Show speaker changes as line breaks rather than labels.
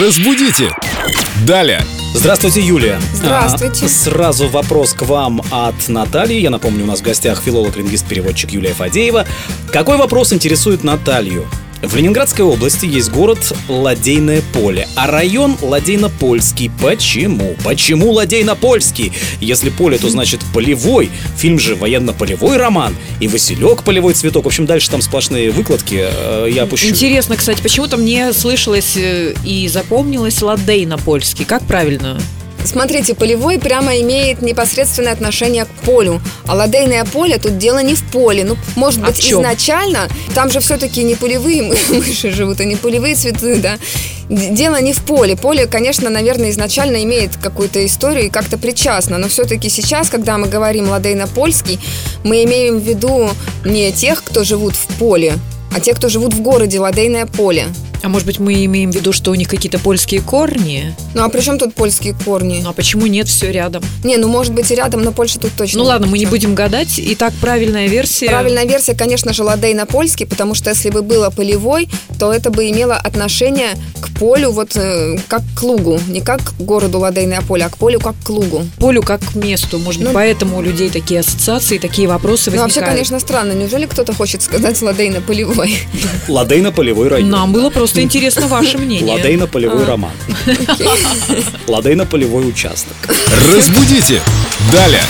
Разбудите! Далее!
Здравствуйте, Юлия.
Здравствуйте.
А, сразу вопрос к вам от Натальи. Я напомню, у нас в гостях филолог, лингвист, переводчик Юлия Фадеева. Какой вопрос интересует Наталью? В Ленинградской области есть город Ладейное поле, а район Ладейно-Польский. Почему? Почему Ладейно-Польский? Если поле, то значит полевой. Фильм же военно-полевой роман. И Василек полевой цветок. В общем, дальше там сплошные выкладки. э, Я опущу.
Интересно, кстати, почему-то мне слышалось э, и запомнилось ладей на польский. Как правильно?
Смотрите, полевой прямо имеет непосредственное отношение к полю. А ладейное поле тут дело не в поле. Ну, может
А
быть,
в чем?
изначально там же все-таки не полевые мы- мыши живут, а не полевые цветы, да. Д- Дело не в поле. Поле, конечно, наверное, изначально имеет какую-то историю и как-то причастно. Но все-таки сейчас, когда мы говорим ладейно-польский, мы имеем в виду не тех, кто живут в поле, а те, кто живут в городе, ладейное поле.
А может быть, мы имеем в виду, что у них какие-то польские корни?
Ну а при чем тут польские корни?
Ну, а почему нет все рядом?
Не, ну может быть и рядом, но Польша тут точно.
Ну
ни
ладно,
при
мы не
чем.
будем гадать. И так правильная версия.
Правильная версия, конечно же, ладей на польский, потому что если бы было полевой, то это бы имело отношение к полю, вот э, как к лугу. Не как к городу ладейное поле, а к полю как к лугу.
Полю как к месту. Может быть,
Ну-
поэтому у людей такие ассоциации, такие вопросы
Ну,
возникают.
вообще, конечно, странно. Неужели кто-то хочет сказать ладейно полевой?
Ладейно-полевой район.
Нам было просто интересно ваше мнение.
Ладейно-полевой
А.
роман. Ладейно-полевой участок.
Разбудите! Далее!